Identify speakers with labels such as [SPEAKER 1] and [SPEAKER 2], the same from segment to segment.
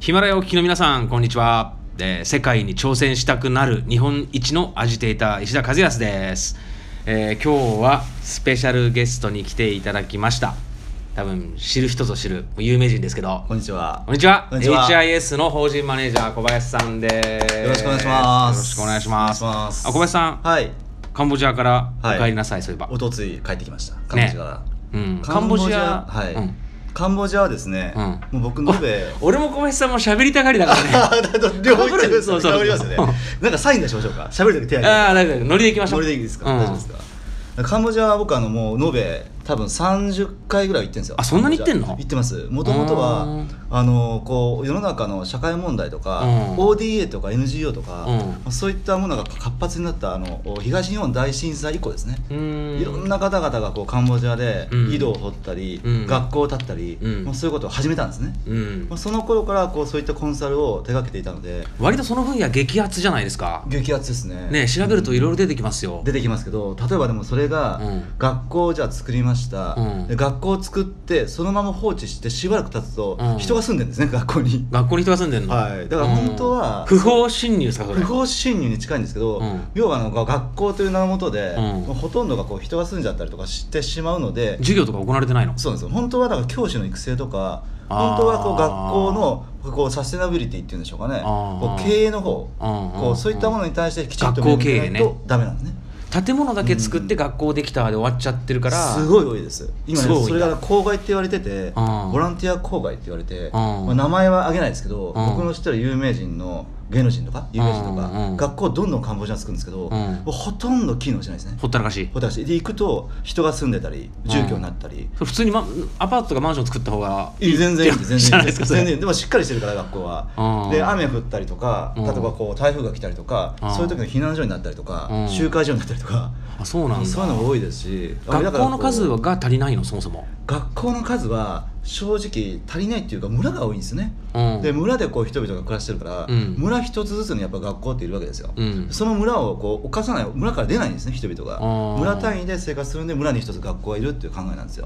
[SPEAKER 1] ヒマラヤお聞きの皆さんこんにちは、えー世界に挑戦したくなる日本一のアジテーター石田和康です、えー今日はスペシャルゲストに来ていただきました多分知る人ぞ知る有名人ですけど
[SPEAKER 2] こんにちは。
[SPEAKER 1] こんにちは
[SPEAKER 2] こんにちは
[SPEAKER 1] HIS の法人マネージャー小林さんです
[SPEAKER 2] よろしくお願いします。
[SPEAKER 1] よろしくお願いします
[SPEAKER 2] お願いします
[SPEAKER 1] あ小林さん
[SPEAKER 2] はい。
[SPEAKER 1] カンボジアから
[SPEAKER 2] はい
[SPEAKER 1] お帰りなさい、そういえば
[SPEAKER 2] おとつい帰ってきました。カンボジアか
[SPEAKER 1] うん
[SPEAKER 2] ら。
[SPEAKER 1] カンボジア
[SPEAKER 2] はい、
[SPEAKER 1] うん
[SPEAKER 2] カンボジアはですね、
[SPEAKER 1] う
[SPEAKER 2] もう僕のべ。
[SPEAKER 1] 俺も小林さんも喋りたがりだ からね
[SPEAKER 2] あ、だと両方行ってる
[SPEAKER 1] そうそうそう
[SPEAKER 2] 変わりますよね。なんかサイン出しましょうか。喋るとき手挙げて。
[SPEAKER 1] ああ大丈夫ノリでいきましょう
[SPEAKER 2] それでいいですか、
[SPEAKER 1] うん
[SPEAKER 2] 大丈夫ですかカンボジアは僕あのもう延べ多分30回ぐらい行ってるんですよ
[SPEAKER 1] あそんなに行ってんの
[SPEAKER 2] カンボジア行ってますもともとは
[SPEAKER 1] うん
[SPEAKER 2] あのこう世の中の社会問題とか、
[SPEAKER 1] うん
[SPEAKER 2] ODA とか NGO とか、
[SPEAKER 1] うん
[SPEAKER 2] まあそういったものが活発になったあの東日本大震災以降ですね、
[SPEAKER 1] うーん
[SPEAKER 2] いろんな方々がこうカンボジアで
[SPEAKER 1] うん
[SPEAKER 2] 井戸を掘ったり、
[SPEAKER 1] うん
[SPEAKER 2] 学校を建ったり、
[SPEAKER 1] うん
[SPEAKER 2] まあそういうことを始めたんですね、
[SPEAKER 1] うん
[SPEAKER 2] まあその頃からこうそういったコンサルを手掛けていたので
[SPEAKER 1] 割とその分野激アツじゃないですか
[SPEAKER 2] 激アツですね
[SPEAKER 1] ね調べるといろいろ出てきますよ
[SPEAKER 2] 出てきますけど例えばでもそれが
[SPEAKER 1] うん
[SPEAKER 2] 学校をじゃあ作りました、
[SPEAKER 1] うん
[SPEAKER 2] で学校を作ってそのまま放置してしばらく経つと
[SPEAKER 1] うん
[SPEAKER 2] 人が住んでるんですね、学校に、
[SPEAKER 1] 学校に人が住んでんの
[SPEAKER 2] はいだから本当は
[SPEAKER 1] うん不法侵入ですかそれ
[SPEAKER 2] 不法侵入に近いんですけど、
[SPEAKER 1] うん
[SPEAKER 2] 要はあの学校という名のもとで、
[SPEAKER 1] うん
[SPEAKER 2] もうほとんどがこう人が住んじゃったりとかしてしまうので、
[SPEAKER 1] 授業とか行われてないの
[SPEAKER 2] そうなんですよ本当はだから教師の育成とか
[SPEAKER 1] あー
[SPEAKER 2] 本当はこう学校のこうサステナビリティっていうんでしょうかね
[SPEAKER 1] あー
[SPEAKER 2] こう経営の方
[SPEAKER 1] うんうん
[SPEAKER 2] こうそういったものに対してきちんと向き合わな
[SPEAKER 1] 学校
[SPEAKER 2] い
[SPEAKER 1] 経営
[SPEAKER 2] とダメなんですね
[SPEAKER 1] 建物だけ作って
[SPEAKER 2] うん
[SPEAKER 1] 学校できたで終わっちゃってるから
[SPEAKER 2] すごい多いです今
[SPEAKER 1] すごい多いん
[SPEAKER 2] ね
[SPEAKER 1] だ
[SPEAKER 2] それが郊外って言われてて
[SPEAKER 1] あー
[SPEAKER 2] ボランティア郊外って言われて
[SPEAKER 1] あー
[SPEAKER 2] まあ名前は挙げないですけど
[SPEAKER 1] あー
[SPEAKER 2] 僕の知ってる有名人の芸能人とか有名人と
[SPEAKER 1] あーうん
[SPEAKER 2] か学校どんどんカンボジアに作るんですけど
[SPEAKER 1] うん
[SPEAKER 2] もうほとんど機能しないですね
[SPEAKER 1] ほったらかしい
[SPEAKER 2] ほったらかしで行くと人が住んでたり住居になったり
[SPEAKER 1] それ普通に、ま、アパートとかマンション作った方が
[SPEAKER 2] いい全然いい
[SPEAKER 1] って
[SPEAKER 2] 全
[SPEAKER 1] じゃ
[SPEAKER 2] 然
[SPEAKER 1] ないで
[SPEAKER 2] いですす
[SPEAKER 1] か
[SPEAKER 2] 全
[SPEAKER 1] それ
[SPEAKER 2] 然いいでもしっかりしてるから学校
[SPEAKER 1] あ
[SPEAKER 2] は
[SPEAKER 1] ー
[SPEAKER 2] で雨降ったりとか
[SPEAKER 1] うん
[SPEAKER 2] 例えばこう台風が来たりとか
[SPEAKER 1] あー
[SPEAKER 2] そういう時の避難所になったりと
[SPEAKER 1] う
[SPEAKER 2] か
[SPEAKER 1] ん
[SPEAKER 2] 集会所になったりとか
[SPEAKER 1] あそうなんだ
[SPEAKER 2] そういうのが多いですしあれだ
[SPEAKER 1] 学
[SPEAKER 2] から
[SPEAKER 1] 校
[SPEAKER 2] こ
[SPEAKER 1] の
[SPEAKER 2] う
[SPEAKER 1] 数が足りないのそもそも、
[SPEAKER 2] 学校の数は正直足りないっていうか村が多いんですよね、
[SPEAKER 1] うん、
[SPEAKER 2] で村でこう人々が暮らしてるから、
[SPEAKER 1] うん
[SPEAKER 2] 村一つずつにやっぱ学校っているわけですよ、
[SPEAKER 1] うん
[SPEAKER 2] その村をこう犯さない村から出ないんですね人々が
[SPEAKER 1] あー
[SPEAKER 2] 村単位で生活するんで村に一つ学校がいるっていう考えなんですよ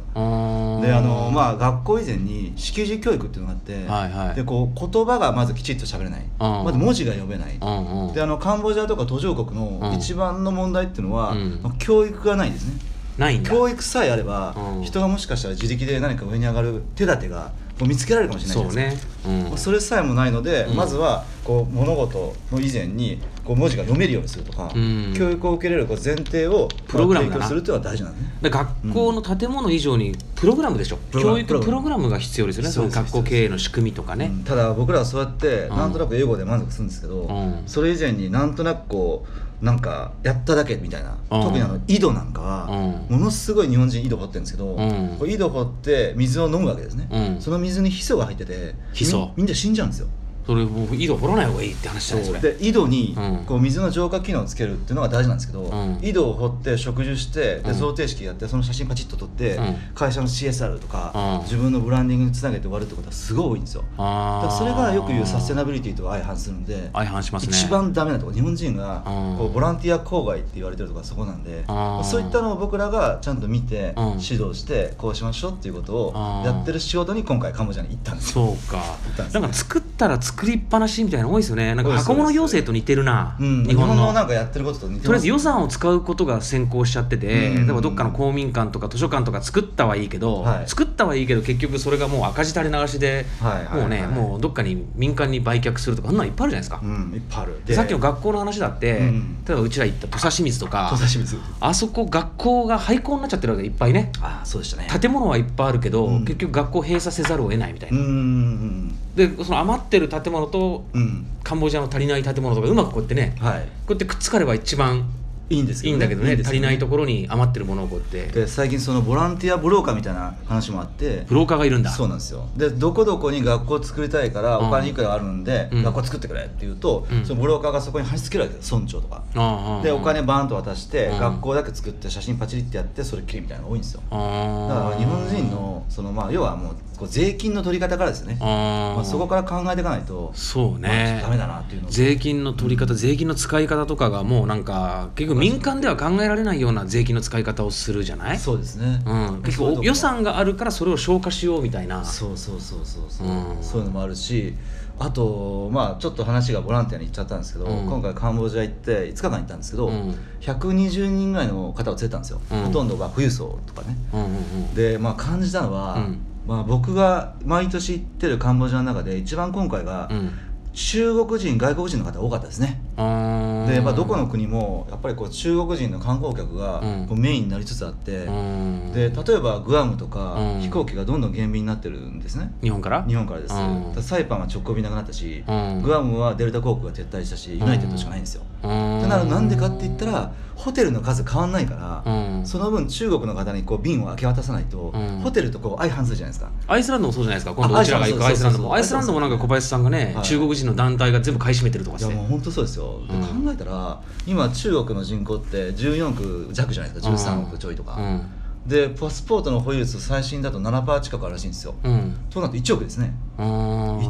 [SPEAKER 2] で
[SPEAKER 1] で
[SPEAKER 2] あのまあ学校以前に識字教育っていうのがあって、
[SPEAKER 1] はいはい
[SPEAKER 2] でこう言葉がまずきちっと喋れない、
[SPEAKER 1] あー
[SPEAKER 2] まず文字が読めない、
[SPEAKER 1] うんうん
[SPEAKER 2] であのカンボジアとか途上国
[SPEAKER 1] う
[SPEAKER 2] の
[SPEAKER 1] ん
[SPEAKER 2] 一番の問題っていうのは、
[SPEAKER 1] うん
[SPEAKER 2] まあ教育がないんですね、
[SPEAKER 1] ないんだ
[SPEAKER 2] 教育さえあれば、
[SPEAKER 1] うん
[SPEAKER 2] 人がもしかしたら自力で何か上に上がる手立てがこう見つけられるかもしれないじ
[SPEAKER 1] そ
[SPEAKER 2] ゃな
[SPEAKER 1] う
[SPEAKER 2] いです
[SPEAKER 1] ね
[SPEAKER 2] か、
[SPEAKER 1] うん
[SPEAKER 2] まあそれさえもないので、
[SPEAKER 1] うん
[SPEAKER 2] まずはこう物事の以前にこう文字が読めるようにするとか、
[SPEAKER 1] うん
[SPEAKER 2] 教育を受けれるこう前提をまあ
[SPEAKER 1] プログラムだな
[SPEAKER 2] 提供するっていうのは大事なんですね
[SPEAKER 1] で学校の建物以上にプログラムでしょ、
[SPEAKER 2] プログ
[SPEAKER 1] 教
[SPEAKER 2] ラム
[SPEAKER 1] 育プ
[SPEAKER 2] プ
[SPEAKER 1] ロ
[SPEAKER 2] ロ
[SPEAKER 1] グ
[SPEAKER 2] グ
[SPEAKER 1] ラムが必要ですよねそ
[SPEAKER 2] そう
[SPEAKER 1] の
[SPEAKER 2] です
[SPEAKER 1] 学校経営の仕組みとかね、
[SPEAKER 2] うんただ僕らはそうやって
[SPEAKER 1] うん
[SPEAKER 2] なんとなく英語で満足するんですけど、
[SPEAKER 1] うん
[SPEAKER 2] それ以前になんとなくこうなんかやっただけみたいな、
[SPEAKER 1] うん
[SPEAKER 2] 特にあの井戸なんかは、
[SPEAKER 1] うん
[SPEAKER 2] ものすごい日本人井戸掘ってるんですけど、
[SPEAKER 1] うん
[SPEAKER 2] こう井戸掘って水を飲むわけですね、
[SPEAKER 1] うん
[SPEAKER 2] その水にヒ素が入ってて
[SPEAKER 1] ヒ素
[SPEAKER 2] みみんな死んじゃうんですよ
[SPEAKER 1] それもう井戸掘らない方がいいって話じゃないそれ
[SPEAKER 2] で井戸に
[SPEAKER 1] うん
[SPEAKER 2] こう水の浄化機能をつけるっていうのが大事なんですけど、
[SPEAKER 1] うん
[SPEAKER 2] 井戸を掘って植樹して
[SPEAKER 1] うん
[SPEAKER 2] で贈呈式やってその写真パチッと撮って、
[SPEAKER 1] うん
[SPEAKER 2] 会社の CSR とか、
[SPEAKER 1] うん
[SPEAKER 2] 自分のブランディングにつなげて終わるってことはすごい多いんですよ
[SPEAKER 1] あ
[SPEAKER 2] だから
[SPEAKER 1] ー
[SPEAKER 2] それがよく言うサステナビリティと相反するんで
[SPEAKER 1] 相反しますね
[SPEAKER 2] 一番ダメなとこ日本人が
[SPEAKER 1] うん
[SPEAKER 2] こうボランティア郊外って言われてるとこはそこなんで
[SPEAKER 1] あー
[SPEAKER 2] そういったのを僕らがちゃんと見て
[SPEAKER 1] うん
[SPEAKER 2] 指導してこうしましょうっていうこと
[SPEAKER 1] あ
[SPEAKER 2] を
[SPEAKER 1] ー
[SPEAKER 2] やってる仕事に今回カンボジアに行ったんですよ。
[SPEAKER 1] そうか
[SPEAKER 2] ったんです
[SPEAKER 1] な
[SPEAKER 2] ね
[SPEAKER 1] んか作ったら作りっぱなしみたいなの多いですよねなんか
[SPEAKER 2] 多いです
[SPEAKER 1] 箱物行政と似てるな、
[SPEAKER 2] うん、
[SPEAKER 1] 日
[SPEAKER 2] 日
[SPEAKER 1] 本
[SPEAKER 2] 本
[SPEAKER 1] の
[SPEAKER 2] のなんかやってることと似て
[SPEAKER 1] とりあ
[SPEAKER 2] ま
[SPEAKER 1] え
[SPEAKER 2] す
[SPEAKER 1] ず予算を使うことが先行しちゃってて、
[SPEAKER 2] うん
[SPEAKER 1] 例えばどっかの公民館とか図書館とか作ったはいいけど、
[SPEAKER 2] はい
[SPEAKER 1] 作ったはいいけど結局それがもう赤字垂れ流しで、
[SPEAKER 2] はいはいはい
[SPEAKER 1] もうねもうどっかに民間に売却するとかあんなのいっぱいあるじゃないですか、
[SPEAKER 2] うん、いっぱいある
[SPEAKER 1] でさっきの学校の話だって、
[SPEAKER 2] うん
[SPEAKER 1] 例えばうちら行った土佐清水とか
[SPEAKER 2] 土佐清水
[SPEAKER 1] あそこ学校が廃校になっちゃってるわけいっぱいね
[SPEAKER 2] ああそうでしたね
[SPEAKER 1] 建物はいっぱいあるけど、
[SPEAKER 2] うん
[SPEAKER 1] 結局学校閉鎖せざるを得ないみたいうな、
[SPEAKER 2] ん
[SPEAKER 1] でその余ってる建物と
[SPEAKER 2] うんうん
[SPEAKER 1] カンボジアの足りない建物とかうまくこうやってね
[SPEAKER 2] はい
[SPEAKER 1] こうやってくっつかれば一番
[SPEAKER 2] いいんで
[SPEAKER 1] い
[SPEAKER 2] すけ
[SPEAKER 1] い
[SPEAKER 2] ど
[SPEAKER 1] んだけどね
[SPEAKER 2] んです
[SPEAKER 1] 足
[SPEAKER 2] け
[SPEAKER 1] り
[SPEAKER 2] ど
[SPEAKER 1] な
[SPEAKER 2] ね
[SPEAKER 1] いところに余ってるものをこうやって
[SPEAKER 2] で最近そのボランティアブローカーみたいな話もあって
[SPEAKER 1] ブローカーがいるんだ
[SPEAKER 2] そうなんですよでどこどこに学校作りたいから
[SPEAKER 1] うん
[SPEAKER 2] お金いくらあるんで、
[SPEAKER 1] うん
[SPEAKER 2] 学校作ってくれって言うと、
[SPEAKER 1] うん
[SPEAKER 2] そのブローカーがそこに貼り付けるわけです村長とか、
[SPEAKER 1] ああああ
[SPEAKER 2] でお金バーンと渡して、
[SPEAKER 1] うん
[SPEAKER 2] 学校だけ作って写真パチリってやってそれっきりみたいなのが多いんですよだ
[SPEAKER 1] あ
[SPEAKER 2] から日本人のそのまあ要はもうこう税金の取り方からですよね
[SPEAKER 1] ああ
[SPEAKER 2] まあ、そこから考えていかないと
[SPEAKER 1] そう
[SPEAKER 2] まあちょっ
[SPEAKER 1] ね
[SPEAKER 2] とダメだなっていうのを
[SPEAKER 1] 税金の取り方、税金の使い方とかがもうなんか結局民間では考えられないような税金の使い方をするじゃない
[SPEAKER 2] そうですね、
[SPEAKER 1] うん、結
[SPEAKER 2] そういう
[SPEAKER 1] 構
[SPEAKER 2] とこ
[SPEAKER 1] 予算があるからそれを消化しようみたいな
[SPEAKER 2] そうそうそうそうそう、
[SPEAKER 1] うん
[SPEAKER 2] そういうのもあるしあとまあちょっと話がボランティアに行っちゃったんですけど、
[SPEAKER 1] うん
[SPEAKER 2] 今回カンボジア行って5日間行ったんですけど、
[SPEAKER 1] うん
[SPEAKER 2] 120人ぐらいの方を連れてたんですよ、
[SPEAKER 1] うん
[SPEAKER 2] ほとんどが富裕層とかね
[SPEAKER 1] うんうん
[SPEAKER 2] でまあ感じたのは、
[SPEAKER 1] うん
[SPEAKER 2] まあ、僕が毎年行ってるカンボジアの中で一番今回が
[SPEAKER 1] うん
[SPEAKER 2] 中国人外国人の方多かったですね、
[SPEAKER 1] うん
[SPEAKER 2] でまあ、どこの国もやっぱりこう中国人の観光客が
[SPEAKER 1] うん
[SPEAKER 2] こうメインになりつつあって、
[SPEAKER 1] うん
[SPEAKER 2] で例えばグアムとか
[SPEAKER 1] うん
[SPEAKER 2] 飛行機がどんどん減便になってるんですね、
[SPEAKER 1] 日本から
[SPEAKER 2] 日本からです、
[SPEAKER 1] うん
[SPEAKER 2] だサイパンは直行便なくなったし、
[SPEAKER 1] うん
[SPEAKER 2] グアムはデルタ航空が撤退したし、ユナイテッドしかないんですよ、
[SPEAKER 1] うん
[SPEAKER 2] だからなんでかって言ったらホテルの数変わんないから、
[SPEAKER 1] うん
[SPEAKER 2] その分中国の方にこう便を明け渡さないと、
[SPEAKER 1] うん
[SPEAKER 2] ホテルとこう相反するじゃないですか
[SPEAKER 1] アイスランドもそうじゃないですか今度うちらが行く
[SPEAKER 2] あ
[SPEAKER 1] ア
[SPEAKER 2] ア
[SPEAKER 1] イ
[SPEAKER 2] イ
[SPEAKER 1] ス
[SPEAKER 2] ス
[SPEAKER 1] ラ
[SPEAKER 2] ラ
[SPEAKER 1] ンドも
[SPEAKER 2] ンドそうそうそう
[SPEAKER 1] アイスランドもなんか小林さんがね
[SPEAKER 2] はい
[SPEAKER 1] 中国人の団体が全部買い占めてるとか
[SPEAKER 2] い
[SPEAKER 1] し
[SPEAKER 2] や
[SPEAKER 1] て
[SPEAKER 2] もう本当そうですよ、で
[SPEAKER 1] うん
[SPEAKER 2] 考えたら今中国の人口って14億弱じゃないですか13億ちょいとか、
[SPEAKER 1] うん
[SPEAKER 2] でパスポートの保有率最新だと7%近くあるらしいんですよ、
[SPEAKER 1] うん
[SPEAKER 2] そうなると1億ですね
[SPEAKER 1] うん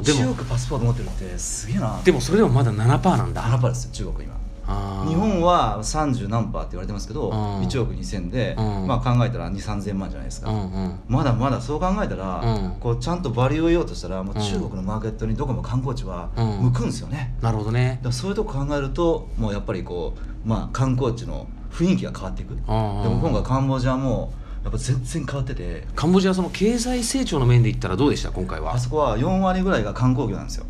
[SPEAKER 1] で
[SPEAKER 2] 1
[SPEAKER 1] も
[SPEAKER 2] 億パスポート持ってるってすげえな
[SPEAKER 1] でもそれでもまだ7%なんだ
[SPEAKER 2] 7%ですよ中国今
[SPEAKER 1] あー
[SPEAKER 2] 日本は30何パーって言われてますけど
[SPEAKER 1] うん
[SPEAKER 2] 1億2000で、
[SPEAKER 1] うん
[SPEAKER 2] まあ、考えたら2 3 0 0 0万じゃないですか、
[SPEAKER 1] うんうん
[SPEAKER 2] まだまだそう考えたら、
[SPEAKER 1] うん
[SPEAKER 2] こうちゃんとバリューを得ようとしたらもう
[SPEAKER 1] うん
[SPEAKER 2] 中国のマーケットにどこも観光地は
[SPEAKER 1] うん
[SPEAKER 2] 向くんですよね、
[SPEAKER 1] なるほどね
[SPEAKER 2] だからそういうとこ考えるともうやっぱりこう、まあ、観光地の雰囲気が変わっていく、で
[SPEAKER 1] あー
[SPEAKER 2] も今回カンボジアもやっぱ全然変わってて
[SPEAKER 1] カンボジアはその経済成長の面で言ったらどうでした今回は
[SPEAKER 2] あそこは4割ぐらいが観光業なんですよ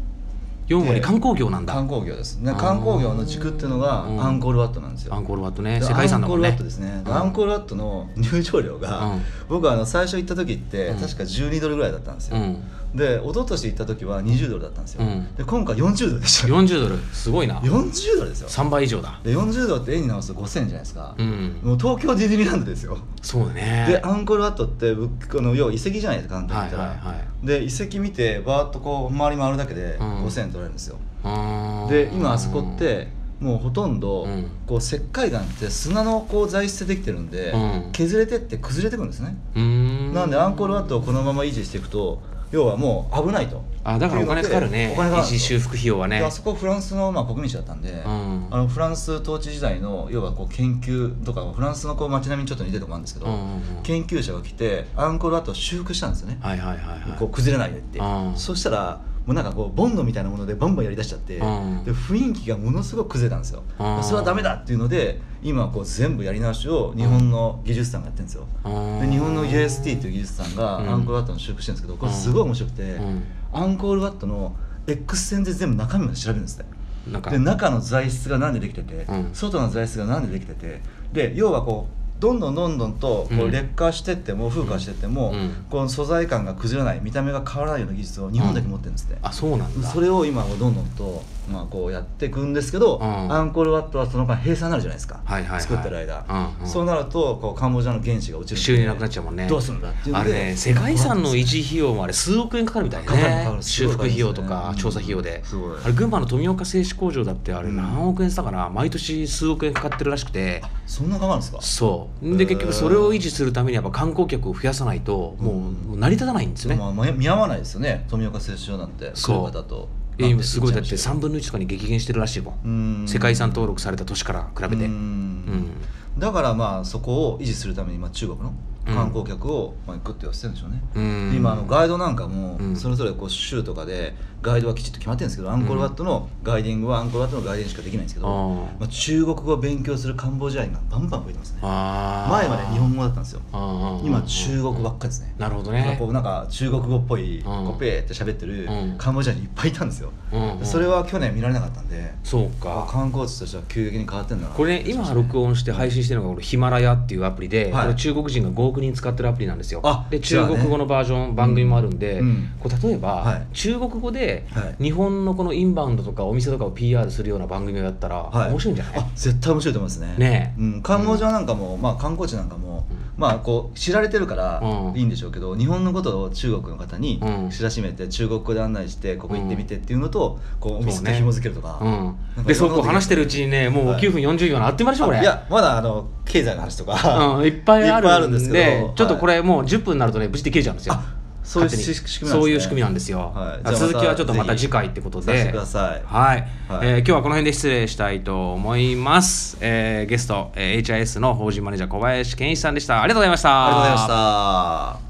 [SPEAKER 1] 4割観光業なんだ
[SPEAKER 2] 観光業ですね観光業の軸っていうのが
[SPEAKER 1] うん
[SPEAKER 2] アンコールワットなんですよ、
[SPEAKER 1] アンコールワットね世界遺産だもん
[SPEAKER 2] アンコールワ
[SPEAKER 1] ね
[SPEAKER 2] ットですね、アンコールワットの入場料が、
[SPEAKER 1] うん
[SPEAKER 2] 僕はあの最初行った時って、
[SPEAKER 1] うん
[SPEAKER 2] 確か12ドルぐらいだったんです
[SPEAKER 1] う
[SPEAKER 2] よ、
[SPEAKER 1] ん
[SPEAKER 2] で一昨年行った時は20ドルだったんですよ、
[SPEAKER 1] うん
[SPEAKER 2] で今回40ドルでしたよ
[SPEAKER 1] 40ドルすごいな
[SPEAKER 2] 40ドルですよ
[SPEAKER 1] 3倍以上だ
[SPEAKER 2] で40ドルって円に直すと5000円じゃないですか、
[SPEAKER 1] うん
[SPEAKER 2] もう東京ディズニーランドですよ
[SPEAKER 1] そうだね
[SPEAKER 2] でアンコールワットって僕あの要は遺跡じゃないですか簡単
[SPEAKER 1] は
[SPEAKER 2] に
[SPEAKER 1] い
[SPEAKER 2] 言ったら、
[SPEAKER 1] はいはい
[SPEAKER 2] で遺跡見てバーッとこう周り回るだけで
[SPEAKER 1] うん
[SPEAKER 2] 5000円取られるんですよ、
[SPEAKER 1] あー
[SPEAKER 2] で今あそこってもうほとんど、
[SPEAKER 1] うん
[SPEAKER 2] こう石灰岩って砂のこう材質でできてるんで、
[SPEAKER 1] うん
[SPEAKER 2] 削れてって崩れてくんですね、
[SPEAKER 1] うーん
[SPEAKER 2] なんでアンコールワットをこのまま維持していくと要はもう危ないと
[SPEAKER 1] あだからお金かかるね
[SPEAKER 2] お金かか
[SPEAKER 1] 維
[SPEAKER 2] る
[SPEAKER 1] 持修復費用は
[SPEAKER 2] で
[SPEAKER 1] ね
[SPEAKER 2] あそこフランスのまあ国民地だったんで、
[SPEAKER 1] ん
[SPEAKER 2] あのフランス統治時代の要はこう研究とかフランスのこう街並みにちょっと似てるとこあるんですけど、
[SPEAKER 1] うんうんうん
[SPEAKER 2] 研究者が来てアンコールワットを修復したんですよね、
[SPEAKER 1] はいはいはいはい
[SPEAKER 2] こう崩れないでって、
[SPEAKER 1] うん
[SPEAKER 2] そしたらもうなんかこうボンドみたいなものでバンバンやりだしちゃって、
[SPEAKER 1] うん
[SPEAKER 2] で雰囲気がものすごく崩れたんですよ、
[SPEAKER 1] うん
[SPEAKER 2] それはダメだっていうので今はこう全部やり直しを日本の技術さんがやってるんですよ、
[SPEAKER 1] うん
[SPEAKER 2] で日本の UST という技術さんが
[SPEAKER 1] うん
[SPEAKER 2] アンコールワットの修復してるんですけどこれすごい面白くて、
[SPEAKER 1] うん
[SPEAKER 2] アンコールワットの X 線で全部中身まで調べるんですね
[SPEAKER 1] なんか
[SPEAKER 2] で中の材質がなんでできてて、
[SPEAKER 1] うん
[SPEAKER 2] 外の材質がなんでできててで要はこうどんどんどんどんとこ
[SPEAKER 1] うん
[SPEAKER 2] う劣化してっても風化してっても、
[SPEAKER 1] うん
[SPEAKER 2] この素材感が崩れない見た目が変わらないような技術を日本だけ持ってるんですって、
[SPEAKER 1] あそうなんだ
[SPEAKER 2] それを今どんどんと、まあ、こうやっていくんですけど、
[SPEAKER 1] うん
[SPEAKER 2] アンコールワットはその間閉鎖になるじゃないですか、
[SPEAKER 1] はいはいはい
[SPEAKER 2] 作ってる間、
[SPEAKER 1] うんうん
[SPEAKER 2] そうなるとこうカンボジアの原子が落ちるんで
[SPEAKER 1] 収入なくなっちゃうもんね
[SPEAKER 2] どうするんだっていうんで
[SPEAKER 1] あれね世界遺産の維持費用もあれ数億円かかるみたいね
[SPEAKER 2] かかるかかる
[SPEAKER 1] 修復費用とか
[SPEAKER 2] うん
[SPEAKER 1] 調査費用で、
[SPEAKER 2] すごい
[SPEAKER 1] あれ群馬の富岡製紙工場だってあれ
[SPEAKER 2] うん
[SPEAKER 1] 何億円したかな、毎年数億円かかってるらしくて
[SPEAKER 2] そんな変わるんですか
[SPEAKER 1] そうで
[SPEAKER 2] へー
[SPEAKER 1] 結局それを維持するためにやっぱ観光客を増やさないともう,、
[SPEAKER 2] うん
[SPEAKER 1] もう成り立たないんですよね、
[SPEAKER 2] まあ、まあ見合わないですよね富岡製糸場なんて
[SPEAKER 1] そう
[SPEAKER 2] 来る方と
[SPEAKER 1] え今すごいだって
[SPEAKER 2] 3
[SPEAKER 1] 3分の1とかに激減してるらしいもん、
[SPEAKER 2] うん
[SPEAKER 1] 世界遺産登録された年から比べて、
[SPEAKER 2] う
[SPEAKER 1] うん
[SPEAKER 2] んだからまあそこを維持するために今中国の観光客をまあグッと寄せてるんでしょうね、
[SPEAKER 1] うん
[SPEAKER 2] で今あのガイドなんかも
[SPEAKER 1] うん
[SPEAKER 2] それぞれこう州とかでガイドはきちっと決まってるんですけど、アンコールワットのガイディングはアンコールワットのガイディングしかできないんですけど、
[SPEAKER 1] あー
[SPEAKER 2] まあ、中国語を勉強するカンボジア人がバンバン増えてますね
[SPEAKER 1] あー
[SPEAKER 2] 前まで日本語だったんですよ
[SPEAKER 1] あー
[SPEAKER 2] 今中国ばっかりですね
[SPEAKER 1] なるほど
[SPEAKER 2] なん
[SPEAKER 1] ね
[SPEAKER 2] かこうなんか中国語っぽい
[SPEAKER 1] うん
[SPEAKER 2] コペーって喋ってる
[SPEAKER 1] うん
[SPEAKER 2] カンボジア人いっぱいいたんですよ、
[SPEAKER 1] うんうん
[SPEAKER 2] それは去年見られなかったんで
[SPEAKER 1] そう
[SPEAKER 2] あ
[SPEAKER 1] か
[SPEAKER 2] 観光地としては急激に変わってんだな
[SPEAKER 1] これね今録音して配信してるのがこのヒマラヤっていうアプリで、
[SPEAKER 2] はい
[SPEAKER 1] これ中国人が5億人使ってるアプリなんですよ
[SPEAKER 2] あ
[SPEAKER 1] で
[SPEAKER 2] じゃ
[SPEAKER 1] 中
[SPEAKER 2] あね
[SPEAKER 1] 国語のバージョン、番組もあるんで、
[SPEAKER 2] うん
[SPEAKER 1] こう例えば、
[SPEAKER 2] はい
[SPEAKER 1] 中国語で
[SPEAKER 2] はい
[SPEAKER 1] 日本のこのインバウンドとかお店とかを PR するような番組をやったら、
[SPEAKER 2] はい
[SPEAKER 1] 面白いんじゃない
[SPEAKER 2] あ絶対面白いと思いますね
[SPEAKER 1] ねえ
[SPEAKER 2] うん、カンボジアなんかも、まあ、観光地なんかも、まあ、こう知られてるから
[SPEAKER 1] うん
[SPEAKER 2] いいんでしょうけど、日本のことを中国の方に
[SPEAKER 1] うん
[SPEAKER 2] 知らしめて、中国語で案内してここ行ってみてっていうのと、こうお
[SPEAKER 1] そ
[SPEAKER 2] 店
[SPEAKER 1] う
[SPEAKER 2] と
[SPEAKER 1] ね
[SPEAKER 2] 紐付けるとか,、
[SPEAKER 1] う、
[SPEAKER 2] なんん
[SPEAKER 1] で
[SPEAKER 2] かい
[SPEAKER 1] そ
[SPEAKER 2] ろんな
[SPEAKER 1] うこう話してるうちにねもう9分40秒のあっという間でしょこれ
[SPEAKER 2] いやまだあの経済の話とか、
[SPEAKER 1] うん、いっぱいあるんで
[SPEAKER 2] いっぱいあるんですけど
[SPEAKER 1] ちょっとこ
[SPEAKER 2] はい
[SPEAKER 1] れもう10分になるとねブチで切れちゃうんですよ
[SPEAKER 2] あそういう
[SPEAKER 1] 勝手に
[SPEAKER 2] 仕仕組みなんですね
[SPEAKER 1] そういう仕組みなんですよ、
[SPEAKER 2] はい
[SPEAKER 1] あ
[SPEAKER 2] じゃあまた
[SPEAKER 1] 続きはちょっとまた
[SPEAKER 2] ぜひ
[SPEAKER 1] 次回ってこと
[SPEAKER 2] させ
[SPEAKER 1] で
[SPEAKER 2] てください
[SPEAKER 1] はい
[SPEAKER 2] はい
[SPEAKER 1] えー今日はこの辺で失礼したいと思います、えーゲスト、えー HIS の法人マネージャー小林健一さんでしたありがとうございました
[SPEAKER 2] ありがとうございました